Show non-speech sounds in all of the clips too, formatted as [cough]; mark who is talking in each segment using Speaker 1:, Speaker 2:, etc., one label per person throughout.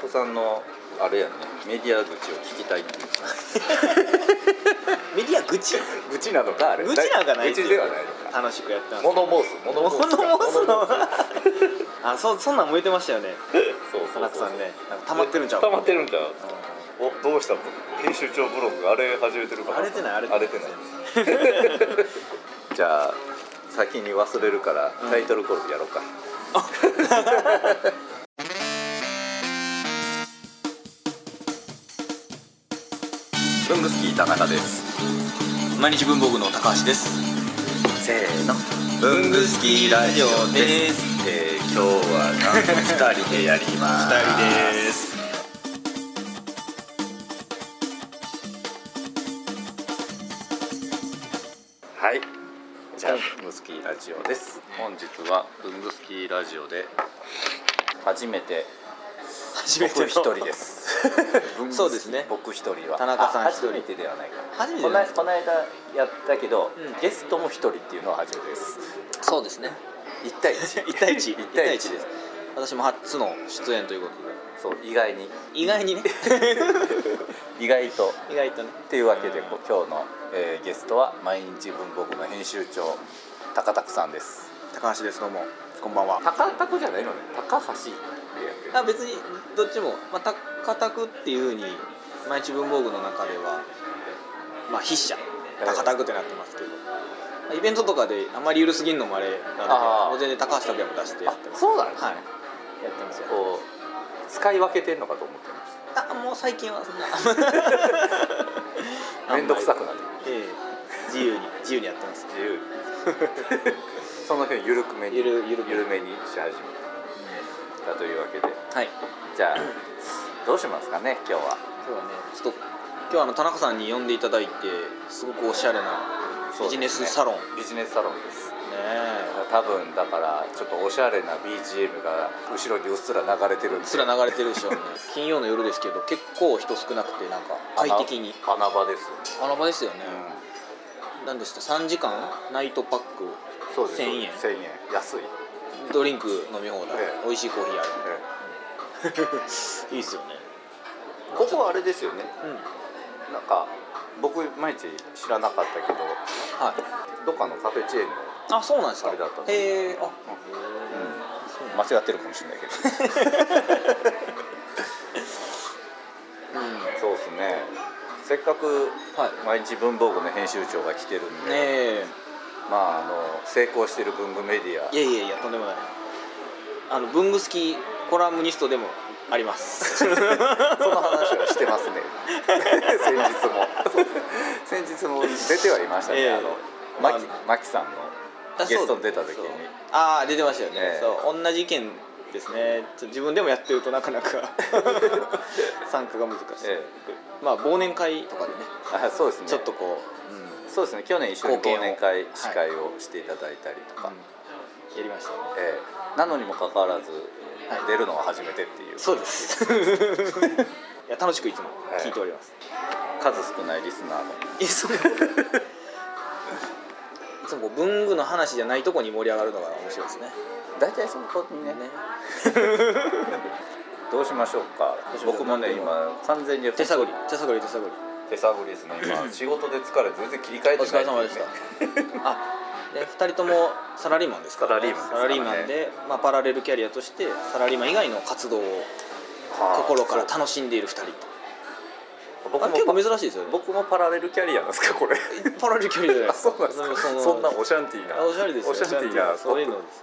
Speaker 1: 子さんのあれやねメディア口を聞きたいっていう
Speaker 2: メディア愚痴
Speaker 3: 愚痴なのかあれ
Speaker 2: 愚痴なんかない
Speaker 3: 愚
Speaker 2: です
Speaker 3: 痴
Speaker 2: よ
Speaker 3: ではないのか
Speaker 2: 楽しくやってます
Speaker 3: モノボースモノ
Speaker 2: モ
Speaker 3: ボース
Speaker 2: ノモスの
Speaker 3: モ
Speaker 2: [laughs]
Speaker 3: ノボー
Speaker 2: あそそんなん向いてましたよね
Speaker 3: スそう
Speaker 2: 田
Speaker 3: そう
Speaker 2: 中
Speaker 3: そう
Speaker 2: さんねなんか溜まってるんちゃう
Speaker 1: 溜まってるんちゃう
Speaker 3: おどうしたの編集長ブログが荒れ始めてるかな
Speaker 2: 荒れてない荒れてない [laughs]
Speaker 1: じゃあ先に忘れるから
Speaker 2: うん
Speaker 1: タイトルコールやろう
Speaker 2: [laughs]
Speaker 1: か、文具好き田中です
Speaker 2: 毎日文房具の高橋です
Speaker 1: せーの文具好きラジオですえー、今日はなんと二人でやります
Speaker 2: す
Speaker 1: はいじゃあ文具好きラジオです本日は文具好きラジオで初めて
Speaker 2: 初めて
Speaker 1: 僕
Speaker 2: の
Speaker 1: 一人です [laughs]
Speaker 2: そうですね
Speaker 1: 僕一人は
Speaker 2: 田中さん
Speaker 1: あ
Speaker 2: 一人
Speaker 1: 初めてではないか
Speaker 2: 初めて
Speaker 1: こ
Speaker 2: じゃ
Speaker 1: の
Speaker 2: ない
Speaker 1: 間この間やったけど、
Speaker 2: うん
Speaker 1: ゲストも一人っていうのは初めてです
Speaker 2: そうですね
Speaker 1: 一対 [laughs] 一
Speaker 2: 一対一
Speaker 1: 一対一
Speaker 2: 一
Speaker 1: で
Speaker 2: ですす私も初の出演ということ
Speaker 1: そう意外に
Speaker 2: で意外にね
Speaker 1: 意外と
Speaker 2: [laughs] 意外とね
Speaker 1: っていうわけでこう今日の、えーゲストは毎日文房具の編集長高拓さんです
Speaker 2: 高橋ですどうもこんばんは
Speaker 3: 高田子じゃないのね高橋ってやってる
Speaker 2: あ別にどっちも、まあ、たカタクっていうふうに毎日文房具の中ではまあ筆者タカタクってなってますけどまあイベントとかであまり緩すぎんのもあれなので
Speaker 1: あー
Speaker 2: もう全然高橋拓也も出してやってます
Speaker 3: そうなの
Speaker 2: はいやってますよ
Speaker 1: こう使い分けてんのかと思ってまし
Speaker 2: あもう最近はそ [laughs] んな
Speaker 1: た面倒くさくなって
Speaker 2: ええ自由に自由にやってます
Speaker 1: 自由 [laughs] にその辺緩くめに
Speaker 2: ゆるゆるく
Speaker 1: 緩めにし始めたというわけで
Speaker 2: はい
Speaker 1: じゃあどうしますかね今日は
Speaker 2: 今日はねちょっと今日はあの田中さんに呼んでいただいてすごくおしゃれなビジネスサロンね
Speaker 1: ビジネスサロンです
Speaker 2: え
Speaker 1: 多分だからちょっとおしゃれな BGM が後ろにうっすら流れてるん
Speaker 2: うっ
Speaker 1: です
Speaker 2: ら流れてるでしょ、金曜の夜ですけど結構人少なくてなんか快適に
Speaker 1: 花場です、
Speaker 2: 穴場ですよね、なんでした3時間ナイトパック
Speaker 1: そうです
Speaker 2: 1000円
Speaker 1: 1000円安い、
Speaker 2: ドリンク飲み放題、
Speaker 1: ええ
Speaker 2: 美味しいコーヒーあるいいっすよね
Speaker 1: ここはあれですよね
Speaker 2: うん
Speaker 1: なんか僕毎日知らなかったけど
Speaker 2: はい
Speaker 1: どっかのカフェチェーンの、
Speaker 2: あそうなんですか
Speaker 1: あれだったんで
Speaker 2: へえあ
Speaker 1: うん間違ってるかもしれないけ [laughs] ど
Speaker 2: うんは
Speaker 1: そうですねせっかく
Speaker 2: い
Speaker 1: 毎日文房具の編集長が来てるんで、
Speaker 2: ねえ
Speaker 1: まああの成功してる文具メディア
Speaker 2: いやいやいやとんでもないあの文具好きコラムニストでもありま
Speaker 1: [laughs]
Speaker 2: す
Speaker 1: その話はしてますね [laughs] 先日も先日も出てはいましたね、
Speaker 2: ええ
Speaker 1: あの
Speaker 2: ま
Speaker 1: マ
Speaker 2: あ
Speaker 1: キマキさんのゲストに出た時に
Speaker 2: そうああ出てましたよね、
Speaker 1: ええ
Speaker 2: そう同じ意見ですねちょっと自分でもやってるとなか
Speaker 1: [laughs]
Speaker 2: なか参加が難しい、
Speaker 1: え
Speaker 2: まあ忘年会とかでね
Speaker 1: あそうですね
Speaker 2: ちょっとこ
Speaker 1: そうですね去年一緒に
Speaker 2: 貢
Speaker 1: 忘
Speaker 2: 献を
Speaker 1: 年会司会をしていただいたりと
Speaker 2: う、
Speaker 1: か、
Speaker 2: やりましたね
Speaker 1: ええなのにもかかわらず
Speaker 2: はい
Speaker 1: 出るのは初めてっていう、
Speaker 2: そうです
Speaker 1: [laughs]
Speaker 2: いや楽しくいつも聞いております、
Speaker 1: 数少ないリスナーの
Speaker 2: えそう [laughs] いつもこう文具の話じゃないとこに盛り上がるのが面白いですね
Speaker 1: 大体そのことにねどうしましょうか
Speaker 2: どうしましょう
Speaker 1: 僕もね今完全に
Speaker 2: 手探り手探り手探り
Speaker 1: 手探りですね
Speaker 2: [laughs]
Speaker 1: 今仕事で疲れて全然切り替えてない
Speaker 2: お疲れ様でし
Speaker 1: ったていうね
Speaker 2: [laughs] あで2人ともサラリーマンですから、
Speaker 1: サラリーマンですからね
Speaker 2: サラリーマンで、まあ、パラレルキャリアとしてサラリーマン以外の活動を
Speaker 1: はあ
Speaker 2: 心から
Speaker 1: そう
Speaker 2: 楽しんでいる2人
Speaker 1: 僕
Speaker 2: あ
Speaker 1: も
Speaker 2: れ結構
Speaker 1: パ
Speaker 2: 珍しいですよね
Speaker 1: 僕もパラレルキャリアなんですかこ
Speaker 2: [laughs]
Speaker 1: れ
Speaker 2: パラレルキャリアじゃない
Speaker 1: あ
Speaker 2: です
Speaker 1: [laughs] そ
Speaker 2: か
Speaker 1: うなんですか
Speaker 2: でも
Speaker 1: そんなおしゃんティーな
Speaker 2: おしゃれですよ
Speaker 1: おしゃんティーな
Speaker 2: そういうのです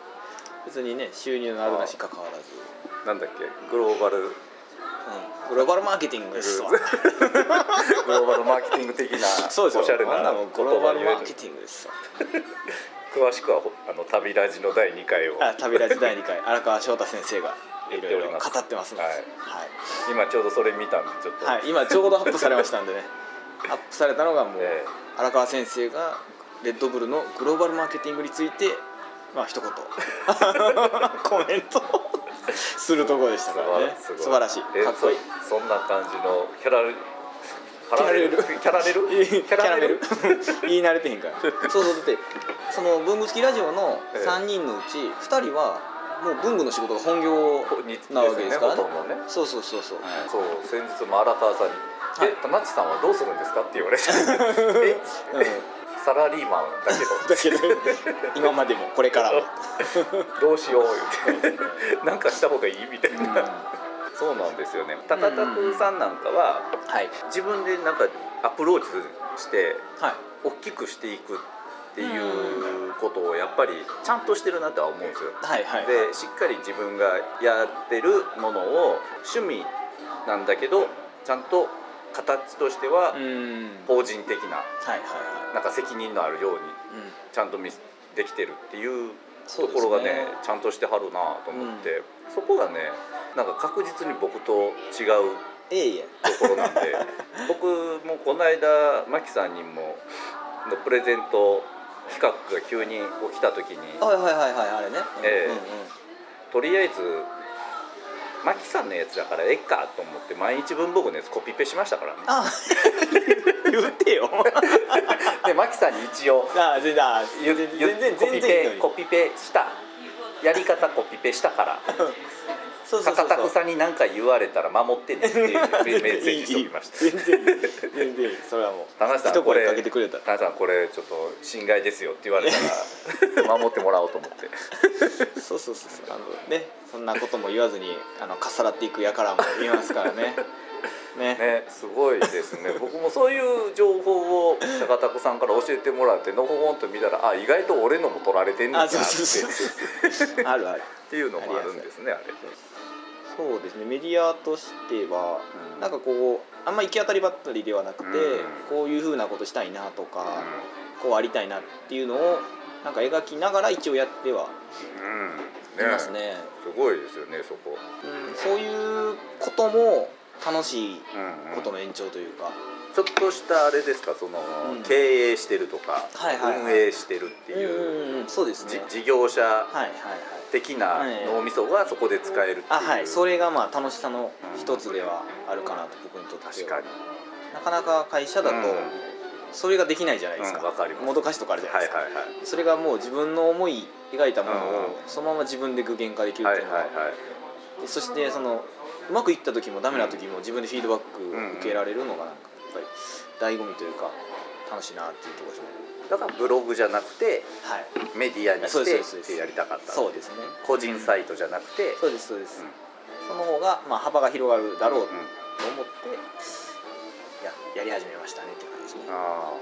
Speaker 2: 別にね収入のあるなしかかわらず、
Speaker 1: なんだっけグローバル
Speaker 2: うん、グローバルマーケティング
Speaker 1: [laughs]
Speaker 2: ですわ
Speaker 1: グローバルマーケティング的な
Speaker 2: [laughs] そうですよ
Speaker 1: おしゃれ
Speaker 2: あんな
Speaker 1: な
Speaker 2: もんグ
Speaker 1: 言
Speaker 2: ローバ
Speaker 1: 葉
Speaker 2: ル
Speaker 1: に
Speaker 2: マーケティングですわ
Speaker 1: 詳しくはほあの旅ラジの第2回を
Speaker 2: あ旅立ち第2回荒川翔太先生がいろい
Speaker 1: 言っ
Speaker 2: ろ
Speaker 1: ております
Speaker 2: 語ってますので、
Speaker 1: はい
Speaker 2: はい
Speaker 1: 今ちょうどそれ見たんでちょっと、
Speaker 2: はい、今ちょうどアップされましたんでねアップされたのがもう、
Speaker 1: え
Speaker 2: 荒川先生がレッドブルのグローバルマーケティングについてまあ一
Speaker 1: [laughs]
Speaker 2: 言コメントをするとこでしたからね
Speaker 1: すごい
Speaker 2: 素晴らしい
Speaker 1: え
Speaker 2: かっこいい
Speaker 1: そそんな感じのキャラパラレルキャラレル
Speaker 2: キャラメル [laughs] 言い慣れてへんからそうそうだってその文具付きラジオの
Speaker 1: ええ
Speaker 2: 3人のうち2人はもう文具の仕事が本業
Speaker 1: [laughs] に
Speaker 2: なわけですからね
Speaker 1: よほとんどね
Speaker 2: そうそうそうそう、
Speaker 1: はいそう先日も荒川さんに「
Speaker 2: はい
Speaker 1: え田中さんはどうするんですか?」って言 [laughs] われて「えサラリーマンだけど
Speaker 2: だけど今までもこれからも、
Speaker 1: どうしよう」言って「なんかした方がいい」みたい
Speaker 2: うん
Speaker 1: な、そうなんですよね高田君さんなんかは
Speaker 2: はい
Speaker 1: 自分でなんかアプローチして
Speaker 2: はい
Speaker 1: 大きくしていくっていうことをやっぱりちゃんとしてるなとは思うんですよ
Speaker 2: はいはい
Speaker 1: でしっかり自分がやってるものを趣味なんだけどちゃんと形としては
Speaker 2: うん
Speaker 1: 法人的な
Speaker 2: はいはいは
Speaker 1: なんか責任のあるように
Speaker 2: い、うん
Speaker 1: ちゃんと見せできてるっていう
Speaker 2: そう
Speaker 1: と
Speaker 2: ですね
Speaker 1: ころがねちゃんとしてはるなと思って、そこがねなんか確実に僕と違う
Speaker 2: いえいえ
Speaker 1: ところなんで
Speaker 2: [laughs]
Speaker 1: 僕もこの間マキさんにものプレゼント企画が急に起きた時に
Speaker 2: はいはいはいはいあれね、うん
Speaker 1: ええ
Speaker 2: うんうん
Speaker 1: とりあえずマキさんのやつだからええかと思って毎日文房具のやつコピペしましたからね [laughs]
Speaker 2: あ言ってよ
Speaker 1: でマキさんに一応
Speaker 2: [laughs] あ全然あ
Speaker 1: ゆ
Speaker 2: 全
Speaker 1: ゆ
Speaker 2: 然全然
Speaker 1: コピ
Speaker 2: 全然いいの
Speaker 1: ペ
Speaker 2: に
Speaker 1: コピペしたやり方コピペしたから
Speaker 2: そうそうそ
Speaker 1: 片
Speaker 2: う
Speaker 1: 田
Speaker 2: そう
Speaker 1: さんに何か言われたら守ってねっていうメッセージしておきました
Speaker 2: 全然いい全然いいそれはもう
Speaker 1: 田中さん
Speaker 2: 一
Speaker 1: こ
Speaker 2: 声
Speaker 1: れ
Speaker 2: かけてくれたら
Speaker 1: 田中さんこれちょっと侵害ですよって言われたら守ってもらおうと思って
Speaker 2: そうそうそうそうあのねそんなことも言わずにあのかっさらっていくやからもいますから
Speaker 1: [laughs]
Speaker 2: ねね
Speaker 1: ねすごいですね僕もそういう情報を高田子さんから教えてもらってのほほんと見たらあ意外と俺のも取られてんのかな
Speaker 2: あ
Speaker 1: って
Speaker 2: そうそうそう
Speaker 1: っ [laughs]
Speaker 2: そうあるある
Speaker 1: ていうのもあるんですねあれ
Speaker 2: そうですねメディアとしては
Speaker 1: うん
Speaker 2: なんかこうあんま行き当たりばったりではなくて、
Speaker 1: うん
Speaker 2: こういうふうなことしたいなとか、こうありたいなっていうのをなんか描きながら一応やっては
Speaker 1: うん、うん
Speaker 2: いますね
Speaker 1: すごいですよねそこ、
Speaker 2: うん、そういうことも楽しい
Speaker 1: うん
Speaker 2: ことの延長というか、
Speaker 1: ちょっとしたあれですかその、
Speaker 2: うん
Speaker 1: 経営してるとか、
Speaker 2: はいはいはい
Speaker 1: 運営してるっていう、
Speaker 2: うんうんうんそうです
Speaker 1: じ
Speaker 2: ね
Speaker 1: 事業者
Speaker 2: はいはいはい
Speaker 1: 的な脳みそがそこで使えるっていう、
Speaker 2: あはいそれがまあ楽しさの一つではあるかなと僕にとって
Speaker 1: 確
Speaker 2: は
Speaker 1: かに
Speaker 2: なかなか会社だと
Speaker 1: うん
Speaker 2: それができないじゃないですか,、
Speaker 1: うんわかります
Speaker 2: もどかしとかあるじゃな
Speaker 1: は
Speaker 2: いで
Speaker 1: い
Speaker 2: すか、
Speaker 1: はいはい
Speaker 2: それがもう自分の思い描いたもの
Speaker 1: うん
Speaker 2: をそのまま自分で具現化できるっ
Speaker 1: は
Speaker 2: て
Speaker 1: い
Speaker 2: いうのは,、
Speaker 1: はいはい
Speaker 2: でそしてそのうまくいった時もダメな時も自分でフィードバックを受けられるのがなんかやっぱり醍醐味というか楽しいなっていうところですね
Speaker 1: だからブログじゃなくて
Speaker 2: はい
Speaker 1: メディアに
Speaker 2: そう
Speaker 1: し
Speaker 2: ですそう
Speaker 1: てっ
Speaker 2: です
Speaker 1: てやりたかった
Speaker 2: そうですね
Speaker 1: 個人サイトじゃなくて
Speaker 2: そうですそうです、
Speaker 1: うん
Speaker 2: その方がまあ幅が広がるだろうと
Speaker 1: ん
Speaker 2: 思ってややり始めましたねって感じですね
Speaker 1: あ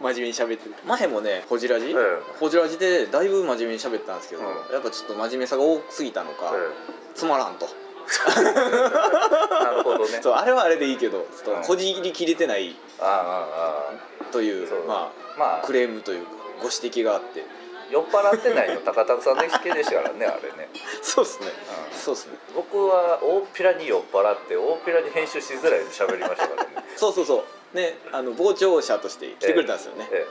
Speaker 2: 真面目に喋ってる前もねホジラジ、
Speaker 1: ええ
Speaker 2: ホジラジでだいぶ真面目に喋ったんですけど、
Speaker 1: うん
Speaker 2: やっぱちょっと真面目さが多すぎたのか、
Speaker 1: あ、
Speaker 2: つまらんと、
Speaker 1: なるほどね
Speaker 2: そうあれはあれでいいけどちょ
Speaker 1: う
Speaker 2: っ
Speaker 1: ん
Speaker 2: とこじりきれてない
Speaker 1: あああ
Speaker 2: という,、
Speaker 1: そうあ
Speaker 2: ま
Speaker 1: ま
Speaker 2: あ
Speaker 1: あ
Speaker 2: クレームというかご指摘があって
Speaker 1: 酔っ払ってないの高田さんの引けでしたからねあれね、
Speaker 2: そうっすね
Speaker 1: う
Speaker 2: そうっすね
Speaker 1: ん、僕は大っぴらに酔っ払って大っぴらに編集しづらいように喋りましたからね
Speaker 2: そうそうそうねあの傍聴者として [laughs] 来てくれたんですよね、
Speaker 1: え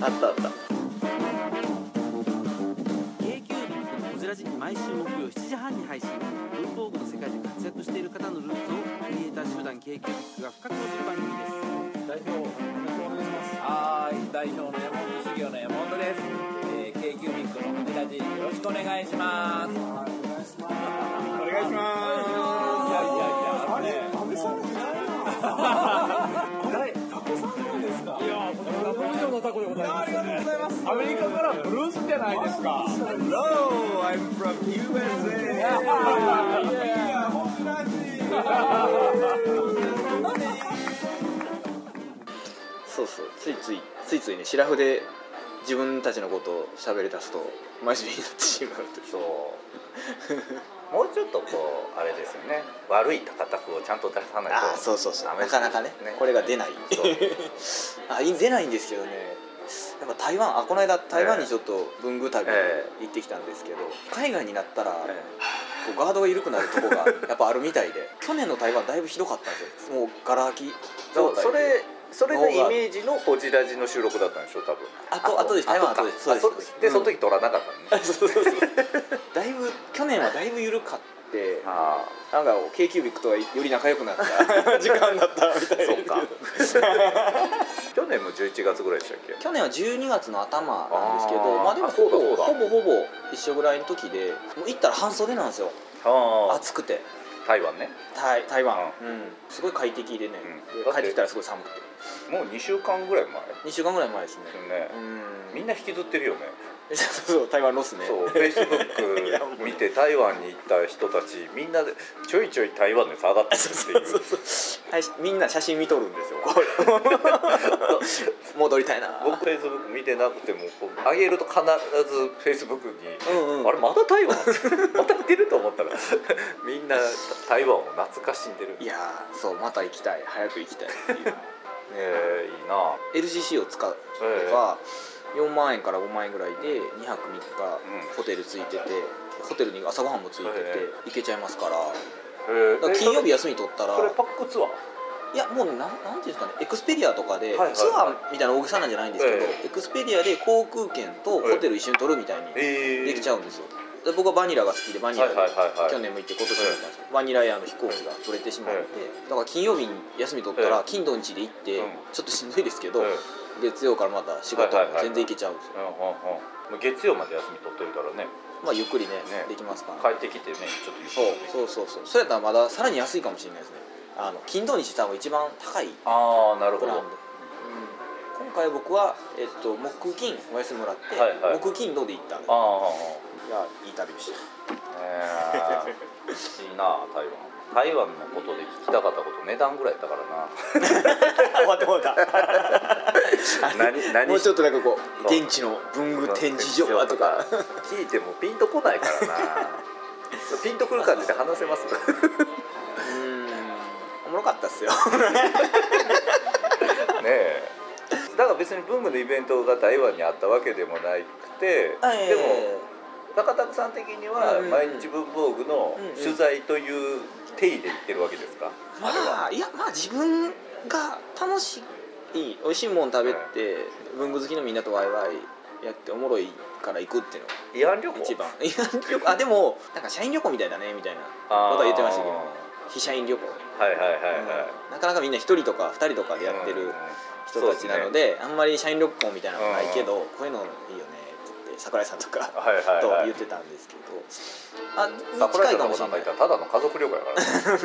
Speaker 2: あったあった
Speaker 4: k q b のこじらじ毎週木曜7時半に配信文房具の世界で活躍している方のルーツをクリエイター集団 k q b が深く落ちる番組です代表お願いします
Speaker 5: はい、代表の山本修行の山本です。えー、K キュービックのこじらじよろしくお願いします。お願いします。お願いします。いやいやいや、あれ、安倍さんじゃないな。誰、タコさんなんですか。いや、これは本のタコでございます、ありがとうございます。アメリカからブルースじゃないですか。Hello, I'm from USA. いや、こじら
Speaker 2: そうそうついついついついねシラフで自分たちのことを喋り出すと真面目になってしまうとい
Speaker 1: え
Speaker 2: う
Speaker 1: そうもうちょっとこうあれですよね悪い高田君をちゃんと出さないと
Speaker 2: ああそうそうそう
Speaker 1: ダメ
Speaker 2: な
Speaker 1: です
Speaker 2: か
Speaker 1: ね
Speaker 2: なかねこれが出ないあい出ないんですけどねやっぱ台湾あこの間台湾にちょっと文具旅
Speaker 1: え
Speaker 2: 行ってきたんですけど、海外になったら、こ
Speaker 1: え
Speaker 2: うガードが緩くなるとこが [laughs] やっぱあるみたいで去年の台湾だいぶひどかったんですよもうガラ空き
Speaker 1: そ
Speaker 2: 状
Speaker 1: う
Speaker 2: 態で
Speaker 1: それそれがイメージのホジラジの収録だったんでしょ多分
Speaker 2: あとあとです台湾はあとです
Speaker 1: あ
Speaker 2: そうです [laughs]
Speaker 1: そでその時撮らなかったのね、
Speaker 2: そうそうそうだいぶ去年はだいぶ緩かっって
Speaker 1: あ
Speaker 2: なんか k キュービックとはより仲良くなった [laughs] 時間だったみ [laughs] たい
Speaker 1: そう
Speaker 2: な
Speaker 1: か去年も11月ぐらいでしたっけ
Speaker 2: 去年は12月の頭なんですけど
Speaker 1: あー
Speaker 2: まあでも
Speaker 1: あ
Speaker 2: ほぼ
Speaker 1: そうだそう
Speaker 2: ほ
Speaker 1: だ
Speaker 2: ぼほぼ一緒ぐらいの時でもう行ったら半袖なんですよ
Speaker 1: あ
Speaker 2: 暑くて
Speaker 1: 台湾ね
Speaker 2: 台台湾、うんすごい快適でね、
Speaker 1: うん
Speaker 2: で帰ってきたらすごい寒くて
Speaker 1: もう2週間ぐらい前
Speaker 2: 2週間ぐらい前ですね
Speaker 1: ね
Speaker 2: う、ん [laughs]
Speaker 1: みんな引きずってるよね
Speaker 2: そうそう台湾ロスね
Speaker 1: そうフェイスブ
Speaker 2: [laughs]
Speaker 1: ック見て台湾に行った人たちみんなでちょいちょい台湾で下
Speaker 2: [laughs]
Speaker 1: がってるっていう
Speaker 2: はい、みんな写真見とる
Speaker 1: [laughs]
Speaker 2: んですよこう [laughs] 戻りたいな
Speaker 1: 僕フェイスブック見てなくてもこう上げると必ずフェイスブックに
Speaker 2: うんうん
Speaker 1: あれまた台湾 [laughs] また行ってると思ったらみんな台湾を懐かしんでる
Speaker 2: いやーそうまた行きたい早く行きたいっていう
Speaker 1: えーいいな
Speaker 2: LCC を使えば4万円から5万円ぐらいで2泊3
Speaker 1: うん
Speaker 2: 日ホテルついててホテルに朝ごはんもついてて
Speaker 1: え
Speaker 2: 行けちゃいますから
Speaker 1: えー
Speaker 2: だから金曜日
Speaker 1: え
Speaker 2: 休み取ったら
Speaker 1: それパックツアー
Speaker 2: いやもうなんなんていうんですかねエクスペディアとかで
Speaker 1: はいはい
Speaker 2: ツアーみたいな大げさなんじゃないんですけど
Speaker 1: え
Speaker 2: エクスペディアで航空券とホテル一緒に取るみたいに
Speaker 1: え
Speaker 2: できち
Speaker 1: ゃう
Speaker 2: ゃうんですよで僕はバニラが好きでバニラで
Speaker 1: はいはいはいはい
Speaker 2: 去年も行って今年も行ったんですけどバニラ屋の飛行機が取れてしまってだから金曜日に休み取った
Speaker 1: え
Speaker 2: ら
Speaker 1: え
Speaker 2: 金土日で行って
Speaker 1: うん
Speaker 2: ちょっとしんどいですけど
Speaker 1: え
Speaker 2: 月曜からまた仕事も全然行けちゃうんですよ
Speaker 1: うんうんうんもう月曜まで休み取っといたらね
Speaker 2: まあゆっくりね
Speaker 1: ね
Speaker 2: できますから
Speaker 1: 帰ってきてねちょっと
Speaker 2: そうそうそうそうそれやったらまださらに安いかもしれないですねあの金土日多分一番高い
Speaker 1: ああなる
Speaker 2: プ
Speaker 1: ほ
Speaker 2: ラン
Speaker 1: ど
Speaker 2: で、
Speaker 1: は
Speaker 2: うん
Speaker 1: い、
Speaker 2: 今回僕は、えっと、木金お休みもらって、
Speaker 1: はいはい
Speaker 2: 木金土で行ったんでい
Speaker 1: あ
Speaker 2: や
Speaker 1: あ
Speaker 2: いい旅でした
Speaker 1: え [laughs] ーいいな台湾台湾のことで聞きたかったこと値段ぐらいだからな
Speaker 2: 終わってもうた
Speaker 1: [laughs] 何何
Speaker 2: もうちょっとなんかこう
Speaker 1: そう
Speaker 2: 現地の文具展示場はとか
Speaker 1: 聞いてもピンとこないからなピンとくる感じで話せます
Speaker 2: うーんおもろかった
Speaker 1: [laughs]
Speaker 2: っすよ
Speaker 1: ねえだから別に文具のイベントが台湾にあったわけでもなくて、でも中田さん的には
Speaker 2: うんうん
Speaker 1: 毎日文房具の取材という定義で言ってるわけですか、
Speaker 2: まあいやまあ自分が楽しい美味しいもん食べて文具好きのみんなとワイワイやっておもろいから行くっていうのが
Speaker 1: 慰安旅行
Speaker 2: 一番 [laughs] いや旅行あでもなんか社員旅行みたいだねみたいなことは言ってましたけど非社員旅行
Speaker 1: はいはいはいはい、
Speaker 2: なかなかみんな1人とか2人とかでやってる人たちなの
Speaker 1: うんそうですね
Speaker 2: で、あんまり社員旅行みたいなのはないけど、
Speaker 1: う
Speaker 2: こういうのいいよねって言って桜井さんとか
Speaker 1: はいはい
Speaker 2: と
Speaker 1: はい
Speaker 2: 言ってたんですけど、あ
Speaker 1: 桜井さんのこと
Speaker 2: 近
Speaker 1: なんか言ったらただの家族旅行やからね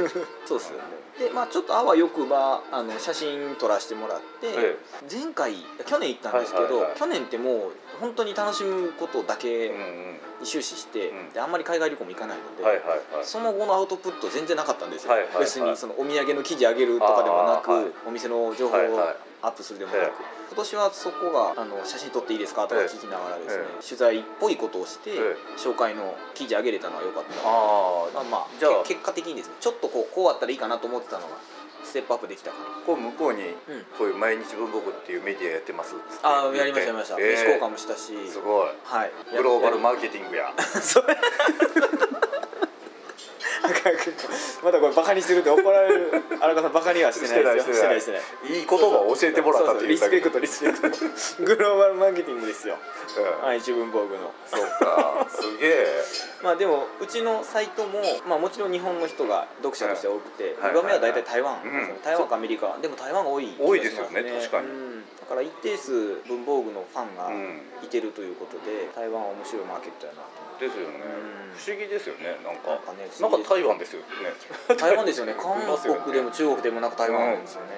Speaker 2: そうですよねでまあちょっとあわよくばあの写真撮らせてもらって、
Speaker 1: え
Speaker 2: 前回去年行ったんですけど、
Speaker 1: はいはいはい
Speaker 2: 去年ってもう本当に楽しむことだけ
Speaker 1: うん
Speaker 2: に
Speaker 1: うん
Speaker 2: 終始して、
Speaker 1: うん
Speaker 2: であんまり海外旅行も行かないので、
Speaker 1: はいはいはい
Speaker 2: その後のアウトプット全然なかったんですよ、
Speaker 1: はいはいはい
Speaker 2: 別にそのお土産の記事上げるとかでもなく、
Speaker 1: あーはい
Speaker 2: お店の情報を
Speaker 1: はいはい
Speaker 2: アップするでもなく、
Speaker 1: ええ
Speaker 2: 今年はそこがあの写真撮っていいですかとか聞きながらですね、
Speaker 1: え
Speaker 2: 取材っぽいことをして、
Speaker 1: え
Speaker 2: 紹介の記事上げれたのは良かった
Speaker 1: あ
Speaker 2: まあまあ
Speaker 1: じゃあ
Speaker 2: け結果的にですねちょっとこうこうあったらいいかなと思ってたのがステップアップできたかな
Speaker 1: こう向こうに
Speaker 2: うん
Speaker 1: こういう毎日文房具っていうメディアやってますっつって
Speaker 2: ああやりましたやりました、
Speaker 1: ええ
Speaker 2: 名刺交換もしたし
Speaker 1: すごい
Speaker 2: はい
Speaker 1: グローバルマ
Speaker 2: ー
Speaker 1: ーケティングや
Speaker 2: それまたこれ [laughs] バカにするって怒られる [laughs] 荒川さんバカにはしてないですよしてないしてない
Speaker 1: [laughs] いい言葉を教えてもらったっていう
Speaker 2: そうそう
Speaker 1: だけ
Speaker 2: リスペクトリスペクトグローバルマーケティングですよ
Speaker 1: うん
Speaker 2: 愛知文房具の
Speaker 1: そうかすげえ
Speaker 2: まあでもうちのサイトも、まあ、もちろん日本の人が読者として多くて、
Speaker 1: はい
Speaker 2: 2番目は大体台湾、
Speaker 1: うん
Speaker 2: 台湾かアメリカでも台湾が多い気がします、
Speaker 1: 多いですよね確かに
Speaker 2: うんだから一定数文房具のファン
Speaker 1: う
Speaker 2: が
Speaker 1: ん
Speaker 2: いてるということで、台湾は面白いマーケットやなと
Speaker 1: ですよね
Speaker 2: うん
Speaker 1: 不思議ですよねなん
Speaker 2: な
Speaker 1: か
Speaker 2: んかね
Speaker 1: なんか台湾ですよね
Speaker 2: 台
Speaker 1: [laughs]
Speaker 2: 湾ですよね韓
Speaker 1: ますよね
Speaker 2: 国でも中国でもなく台湾なんですよね,、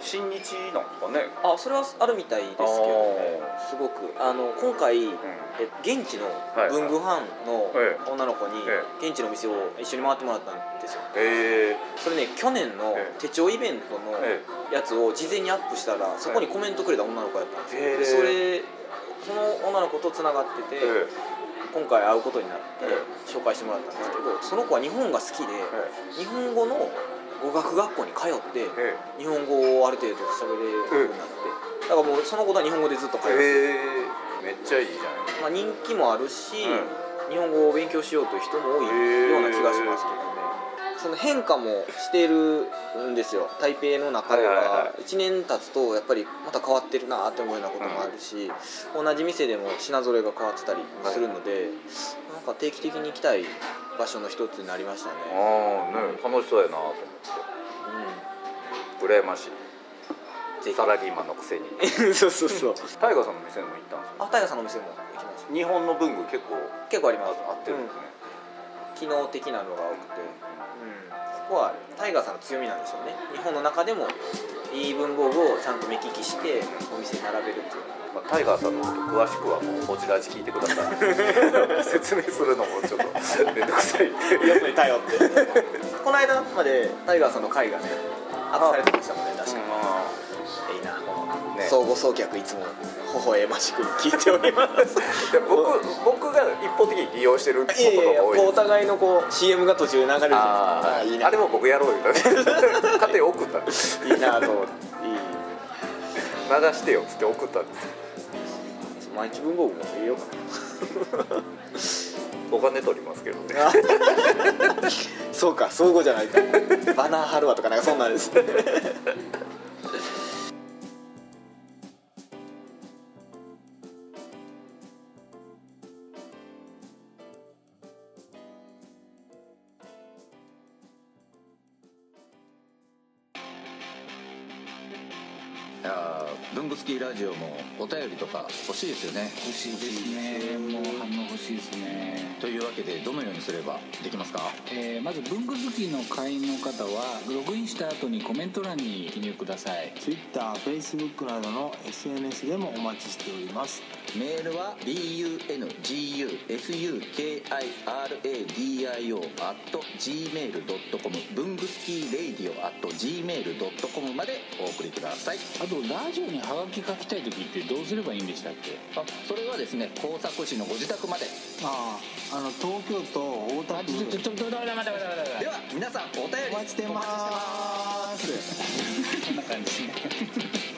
Speaker 1: 新日なんですかね
Speaker 2: あそれはあるみたいですけどねすごくあの今回、え現地の文具ファンの
Speaker 1: ええ
Speaker 2: 女の子に
Speaker 1: え
Speaker 2: 現地のお店を一緒に回ってもらったんですよ
Speaker 1: ええ
Speaker 2: それね去年の
Speaker 1: ええ
Speaker 2: 手帳イベントの
Speaker 1: え
Speaker 2: やつを事前にアップしたらそこにコメントくれた女の子やったんですよ、
Speaker 1: へえ
Speaker 2: でそれその女の子とつながってて、
Speaker 1: え
Speaker 2: 今回会うことになって
Speaker 1: え
Speaker 2: 紹介してもらったんですけどその子は日本が好きで、日本語の語学学校に通って
Speaker 1: え
Speaker 2: 日本語をある程度喋れるようになって、だからもうそのことは日本語でずっと通って、
Speaker 1: えめっちゃいいじゃない
Speaker 2: まあ、人気もあるし、日本語を勉強しようという人も多いような気がしますけどね、その変化もしてるんですよ台北の中で
Speaker 3: はいはいは
Speaker 2: は1年経つとやっぱりまた変わってるなって思うようなこともあるし、同じ店でも品揃えが変わってたりもするので、なんか定期的に行きたい場所の一つになりましたね、
Speaker 1: ああね楽しそうやなと思って羨ましいサラリーマンのく [laughs] せに
Speaker 2: うん [laughs] そうそうそう
Speaker 1: タイガーさんの店も行ったんですよ
Speaker 2: あタイガさんのお店も行きました
Speaker 1: 日本の文具結構
Speaker 2: 結構あります
Speaker 1: 合ってるんですね、
Speaker 2: 機能的なのが多くて、そこはタイガーさんの強みなんでしょうね日本の中でもいい文房具をちゃんと目利きしてお店に並べるっていうの
Speaker 1: まあ、タイガーさんのこと詳しくはもうこちらで聞いてください [laughs] 説明するのもちょっと面倒くさいんで
Speaker 2: よく似たよってこの間までタイガーさんの会がねアップされてましたもんね確かに、いいな、
Speaker 1: ね
Speaker 2: 相互送客いつも微笑ましく聞いております
Speaker 1: で僕僕が一方的に利用してること
Speaker 2: いやいやい [laughs]
Speaker 1: が
Speaker 2: や
Speaker 1: 多い
Speaker 2: こうお互いのこう CM が途中で流れるじゃ
Speaker 1: あ
Speaker 2: ないですかいい
Speaker 1: ー
Speaker 2: な
Speaker 1: あれも僕やろうよ [laughs] 勝手に送 [laughs] ったんです
Speaker 2: いいなと思って
Speaker 1: 流してよっつって送ったんです
Speaker 2: 毎日文房具も入れようかな
Speaker 1: お金取りますけどね
Speaker 2: あ [laughs] そうか相互じゃないかバナー貼るわとかなんかそんなんですね
Speaker 6: いやー文具付きラジオもお便りとか欲しいですよね
Speaker 7: 欲しいですねもう反応欲しいですね、
Speaker 6: というわけでどのようにすればできますか
Speaker 7: えーまず文具好きの会員の方はログインした後にコメント欄に記入ください
Speaker 8: TwitterFacebook などの SNS でもお待ちしております
Speaker 6: メールは bungusukiradio.gmail.com 文具スキーレイディオ .gmail.com までお送りください
Speaker 7: あとラジオにハガキ書きたい時ってどうすればいいんでしたっけ
Speaker 6: あそれはですね工作士のご自宅まで
Speaker 8: あああの東京都大田
Speaker 7: あ
Speaker 8: 区
Speaker 7: ちょちょちょちょ待って待って待って待っ
Speaker 6: では皆さんお便り
Speaker 8: お待ちしてますーす
Speaker 7: てこんな感じですね